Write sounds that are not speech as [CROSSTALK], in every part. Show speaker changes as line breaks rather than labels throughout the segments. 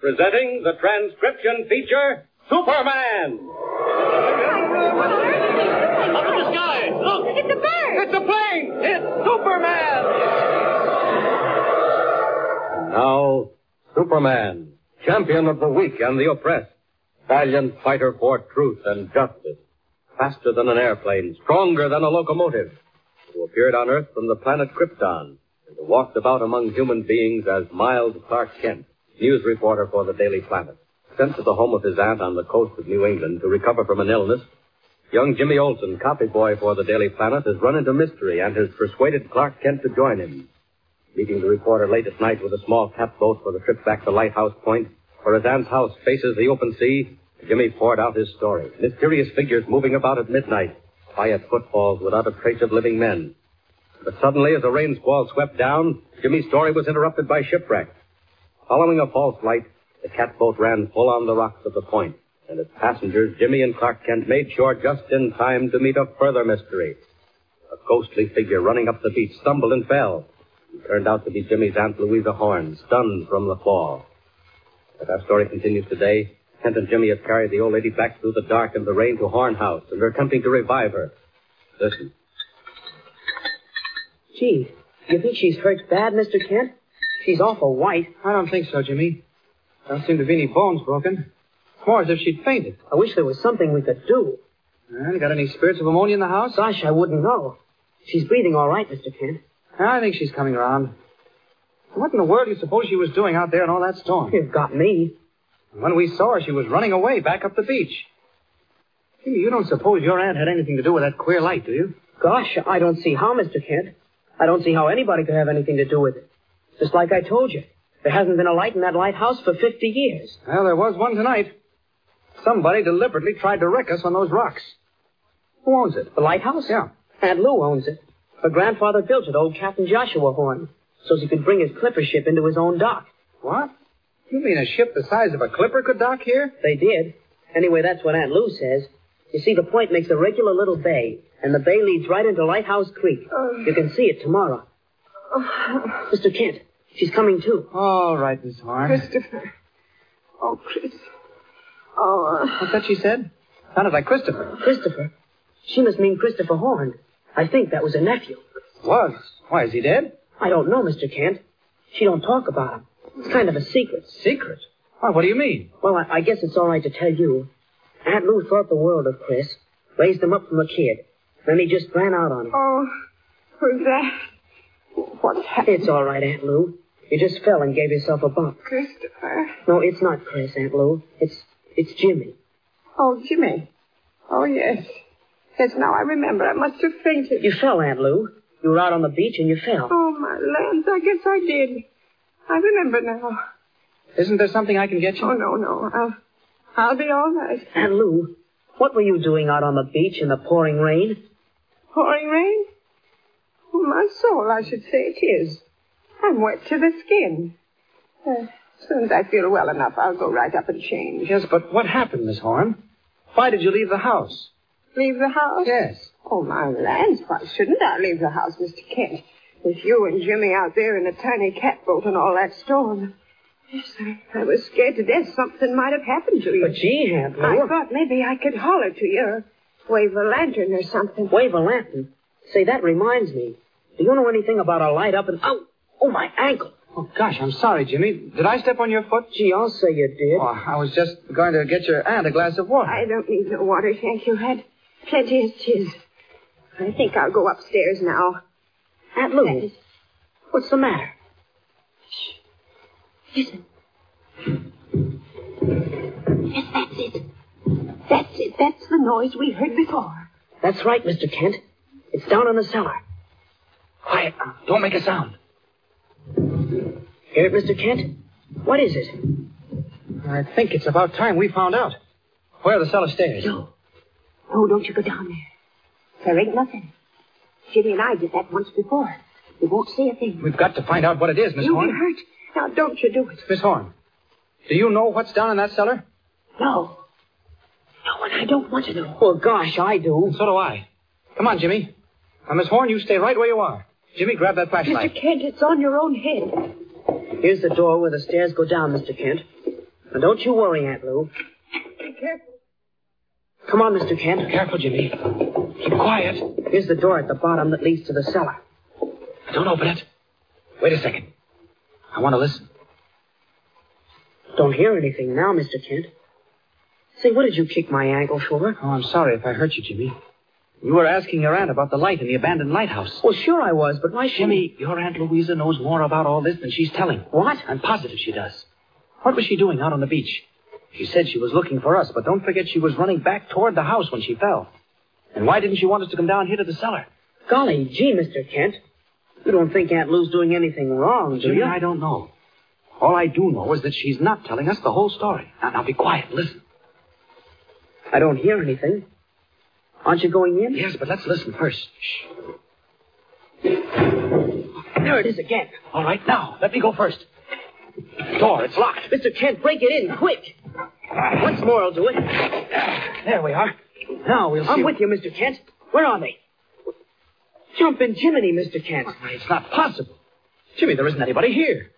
presenting the transcription feature Superman!
Up
in the sky! Look!
It's a bird!
It's a plane! It's Superman!
Now, Superman, champion of the weak and the oppressed, valiant fighter for truth and justice, faster than an airplane, stronger than a locomotive, who appeared on Earth from the planet Krypton and who walked about among human beings as mild Clark Kent, news reporter for the Daily Planet, sent to the home of his aunt on the coast of New England to recover from an illness. Young Jimmy Olsen, copy boy for the Daily Planet, has run into mystery and has persuaded Clark Kent to join him meeting the reporter late at night with a small tap-boat for the trip back to Lighthouse Point, where his aunt's house faces the open sea, Jimmy poured out his story. Mysterious figures moving about at midnight, quiet footfalls without a trace of living men. But suddenly, as a rain squall swept down, Jimmy's story was interrupted by shipwreck. Following a false light, the catboat ran full on the rocks of the point, and its passengers, Jimmy and Clark Kent, made shore just in time to meet a further mystery. A ghostly figure running up the beach stumbled and fell. It turned out to be Jimmy's Aunt Louisa Horn, stunned from the fall. As our story continues today, Kent and Jimmy have carried the old lady back through the dark and the rain to Horn House, and are attempting to revive her. Listen.
Gee, you think she's hurt bad, Mr. Kent? She's awful white.
I don't think so, Jimmy. Don't seem to be any bones broken. More as if she'd fainted.
I wish there was something we could do.
And got any spirits of ammonia in the house?
Gosh, I wouldn't know. She's breathing all right, Mr. Kent.
I think she's coming around. What in the world do you suppose she was doing out there in all that storm?
You've got me.
When we saw her, she was running away back up the beach. Jimmy, you don't suppose your aunt had anything to do with that queer light, do you?
Gosh, I don't see how, Mr. Kent. I don't see how anybody could have anything to do with it. Just like I told you, there hasn't been a light in that lighthouse for 50 years.
Well, there was one tonight. Somebody deliberately tried to wreck us on those rocks. Who owns it?
The lighthouse?
Yeah.
Aunt Lou owns it. Her grandfather built it, old Captain Joshua Horn, so he could bring his clipper ship into his own dock.
What? You mean a ship the size of a clipper could dock here?
They did. Anyway, that's what Aunt Lou says. You see, the point makes a regular little bay, and the bay leads right into Lighthouse Creek. you can see it tomorrow. Mr. Kent, she's coming too.
All right, Miss Horn.
[LAUGHS] Christopher. Oh, Chris. Oh,
What's that she said? Sounded like Christopher.
Christopher? She must mean Christopher Horn. I think that was her nephew.
Was. Why, is he dead?
I don't know, Mr. Kent. She don't talk about him. It's kind of a secret.
Secret? Why, what do you mean?
Well, I, I guess it's all right to tell you. Aunt Lou thought the world of Chris, raised him up from a kid. Then he just ran out on her.
oh, for that. What happened,
It's all right, Aunt Lou. You just fell and gave yourself a bump.
Christopher?
No, it's not Chris, Aunt Lou. It's it's Jimmy.
Oh, Jimmy. Oh, yes. Yes, now I remember. I must have fainted.
You fell, Aunt Lou. You were out on the beach and you fell.
Oh, my lands. I guess I did. I remember now.
Isn't there something I can get you?
Oh, no, no. I'll, I'll be all right.
Aunt Lou, what were you doing out on the beach in the pouring rain?
Pouring rain? Oh, my soul, I should say it is. I'm wet to the skin. Uh, soon as I feel well enough, I'll go right up and change.
Yes, but what happened, Miss Horn? Why did you leave the house?
Leave the house?
Yes.
Oh, my lands, why shouldn't I leave the house, Mr. Kent? With you and Jimmy out there in a tiny catboat and all that storm. Yes, I, I was scared to death something might have happened to you.
But gee, Aunt
I
Lou,
thought maybe I could holler to you or wave a lantern or something.
wave a lantern. Say, that reminds me. Do you know anything about a light up and out? Oh, my ankle.
Oh, gosh, I'm sorry, Jimmy. Did I step on your foot?
Gee, I'll say you did.
Oh, I was just going to get your aunt a glass of water.
I don't need no water, thank you. Had plenty as tis. I think I'll go upstairs now.
Aunt Lou, what's the matter?
Listen. Yes, that's it. That's it. That's the noise we heard before.
That's right, Mr. Kent. It's down in the cellar.
Quiet now. Don't make a sound.
Hear it, Mr. Kent? What is it?
I think it's about time we found out. Where are the cellar stairs?
No. No, Oh, don't you go down there. There ain't nothing. Jimmy and I did that once before. We won't see a thing.
We've got to find out what it is, Miss
You'll be
Horn.
hurt. Now, don't you do it.
Miss Horn, do you know what's down in that cellar?
No. No, and I don't want to know.
Well, Oh, gosh, I do.
So do I. Come on, Jimmy. Now, Miss Horn, you stay right where you are. Jimmy, grab that flashlight.
Mr. Kent, it's on your own head.
Here's the door where the stairs go down, Mr. Kent. Now, don't you worry, Aunt Lou.
Be careful.
Come on, Mr. Kent.
Careful, Jimmy. Keep quiet.
Here's the door at the bottom that leads to the cellar.
Don't open it. Wait a second. I want to listen.
Don't hear anything now, Mr. Kent. Say, what did you kick my ankle for?
Oh, I'm sorry if I hurt you, Jimmy. You were asking your aunt about the light in the abandoned lighthouse.
Well, sure I was, but why should
Jimmy, your Aunt Louisa knows more about all this than she's telling.
What?
I'm positive she does. What was she doing out on the beach? She said she was looking for us, but don't forget she was running back toward the house when she fell. And why didn't she want us to come down here to the cellar?
Golly gee, Mr. Kent. You don't think Aunt Lou's doing anything wrong, do
Jimmy,
you?
I don't know. All I do know is that she's not telling us the whole story. Now, now be quiet. Listen.
I don't hear anything. Aren't you going in?
Yes, but let's listen first. Shh.
There it is again.
All right, now let me go first. Door, it's locked.
Mr. Kent, break it in, quick. Once more I'll do it.
There we are. Now we'll see.
I'm with you, Mr. Kent. Where are they? Jump in Jiminy, Mr. Kent.
Why, It's not possible. Jimmy, there isn't anybody here.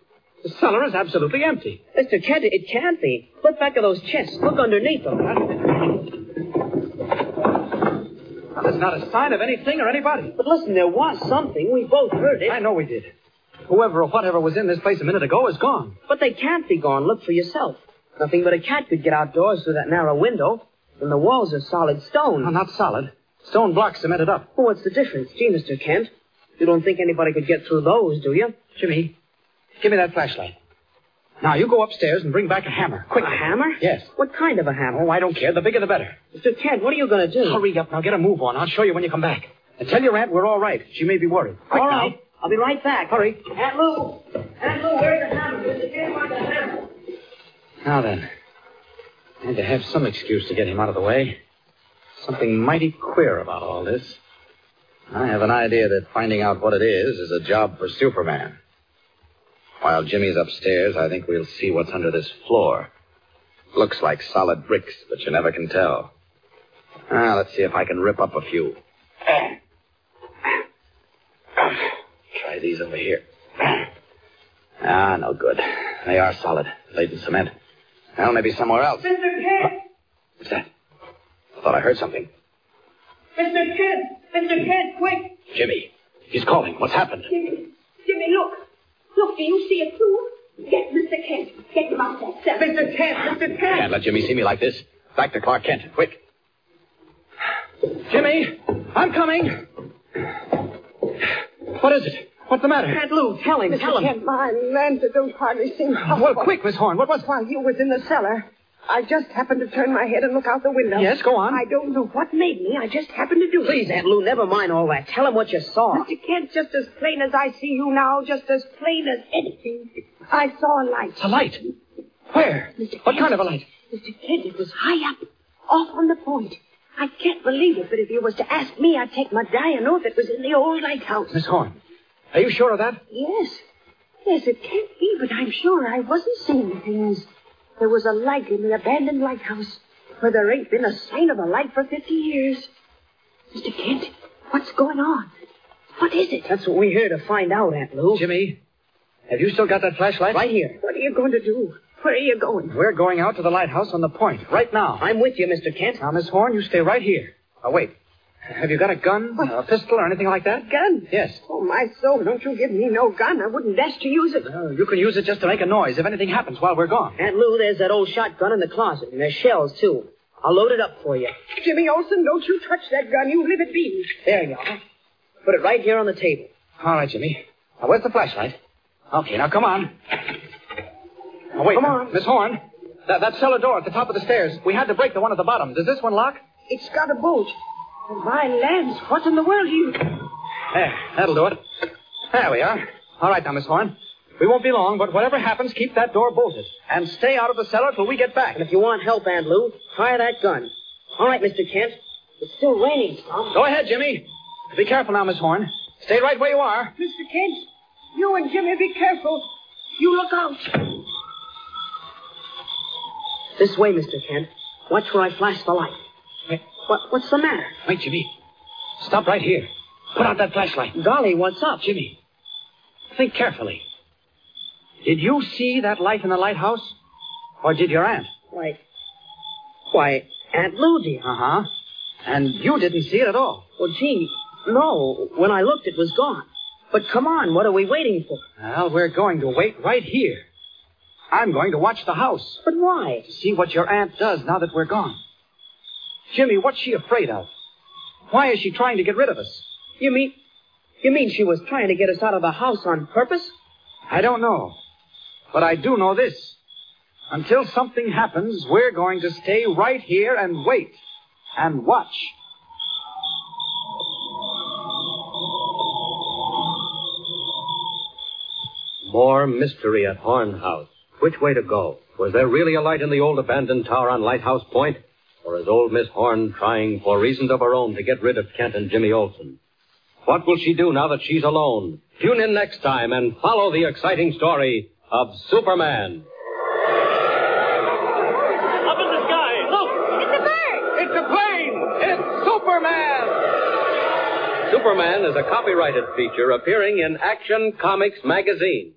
The cellar is absolutely empty.
Mr. Kent, it can't be. Look back at those chests. Look underneath them.
Now, There's not a sign of anything or anybody.
But listen, there was something. We both heard it.
I know we did. Whoever or whatever was in this place a minute ago is gone.
But they can't be gone. Look for yourself. Nothing but a cat could get outdoors through that narrow window. And the walls are solid stone.
Well, not solid. Stone blocks cemented up.
Well, Oh, what's the difference? Gee, Mr. Kent, you don't think anybody could get through those, do you?
Jimmy, give me that flashlight. Now you go upstairs and bring back a hammer. Quick.
A hammer?
Yes.
What kind of a hammer?
Oh, I don't care. The bigger the better.
Mr. Kent, what are you going to do?
Hurry up now. Get a move on. I'll show you when you come back. And tell your aunt we're all right. She may be worried. Quick
All
now.
right. I'll be right back.
Hurry.
Aunt Lou! Aunt Lou, where's the hammer? Mr. Kent, where's the hammer?
Now then, I had to have some excuse to get him out of the way. Something mighty queer about all this. I have an idea that finding out what it is is a job for Superman. While Jimmy's upstairs, I think we'll see what's under this floor. Looks like solid bricks, but you never can tell. Ah, let's see if I can rip up a few. Try these over here. Ah, no good. They are solid, laid in cement. Well, maybe somewhere else.
Mr. Kent!
What's that? I thought I heard something.
Mr. Kent! Mr. Kent, quick!
Jimmy, he's calling. What's happened?
Jimmy, Jimmy, look. Look, do you see it too? Get Mr. Kent. Get him out that cell. Mr. Kent! Mr.
Can't let Jimmy see me like this. Back to Clark Kent, quick. Jimmy, I'm coming. What is it? What's the matter?
Aunt Lou, tell him, tell
Mr.
him.
Kent, my lands, it don't hardly seem possible.
Well, quick, Miss Horn. What was?
While you was in the cellar, I just happened to turn my head and look out the window.
Yes, go on.
I don't know what made me. I just happened to do
Please,
it.
Aunt Lou, never mind all that. Tell him what you saw.
Mr. Kent, just as plain as I see you now, just as plain as anything, I saw a light.
It's a light. Where? What kind of a light?
Mr. Kent, it was high up, off on the point. I can't believe it, but if you was to ask me, I'd take my dying oath it was in the old lighthouse.
Miss Horn, are you sure of that?
Yes. Yes, it can't be, but I'm sure I wasn't seeing things. There was a light in the abandoned lighthouse where there ain't been a sign of a light for 50 years. Mr. Kent, what's going on? What is it?
That's what we're here to find out, Aunt Lou.
Jimmy, have you still got that flashlight?
Right here.
What are you going to do? Where are you going?
We're going out to the lighthouse on the point right now.
I'm with you, Mr. Kent.
Now, Miss Horn, you stay right here. Oh, wait. Have you got a gun, a pistol, or anything like that?
Gun?
Yes.
Oh, my soul, don't you give me no gun. I wouldn't dare to use it.
Uh, you can use it just to make a noise if anything happens while we're gone.
Aunt Lou, there's that old shotgun in the closet, and there's shells, too. I'll load it up for you.
Jimmy Olsen, don't you touch that gun. You leave it be.
There you are. Put it right here on the table.
All right, Jimmy. Now, where's the flashlight? Okay, now come on. Now, wait.
Come on.
Miss Horn, that, that cellar door at the top of the stairs. We had to break the one at the bottom. Does this one lock?
It's got a bolt.
My lands, what in the world are you...
There, that'll do it. There we are. All right, now, Miss Horn. We won't be long, but whatever happens, keep that door bolted. And stay out of the cellar till we get back.
And if you want help, Aunt Lou, try that gun. All right, Mr. Kent. It's still raining some.
Go ahead, Jimmy. Be careful now, Miss Horn. Stay right where you are.
Mr. Kent, you and Jimmy, be careful. You look out.
This way, Mr. Kent. Watch where I flash the light.
Wait,
What, what's the matter?
wait, Jimmy. Stop right here. Put out that flashlight.
Golly, what's up?
Jimmy, think carefully. Did you see that light in the lighthouse?
Or did your aunt?
Why, why, Aunt Lou, dear.
Uh huh. And you didn't see it at all.
Well, Oh, gee, no. When I looked, it was gone. But come on, what are we waiting for?
Well, we're going to wait right here. I'm going to watch the house.
But why?
to see what your aunt does now that we're gone. Jimmy, what's she afraid of? Why is she trying to get rid of us?
You mean, you mean she was trying to get us out of the house on purpose?
I don't know. But I do know this. Until something happens, we're going to stay right here and wait and watch.
More mystery at Horn House. Which way to go? Was there really a light in the old abandoned tower on Lighthouse Point? Or is old Miss Horn trying, for reasons of her own, to get rid of Kent and Jimmy Olsen? What will she do now that she's alone? Tune in next time and follow the exciting story of Superman.
Up in the sky, look!
It's a bird!
It's a plane! It's Superman!
Superman is a copyrighted feature appearing in Action Comics magazine.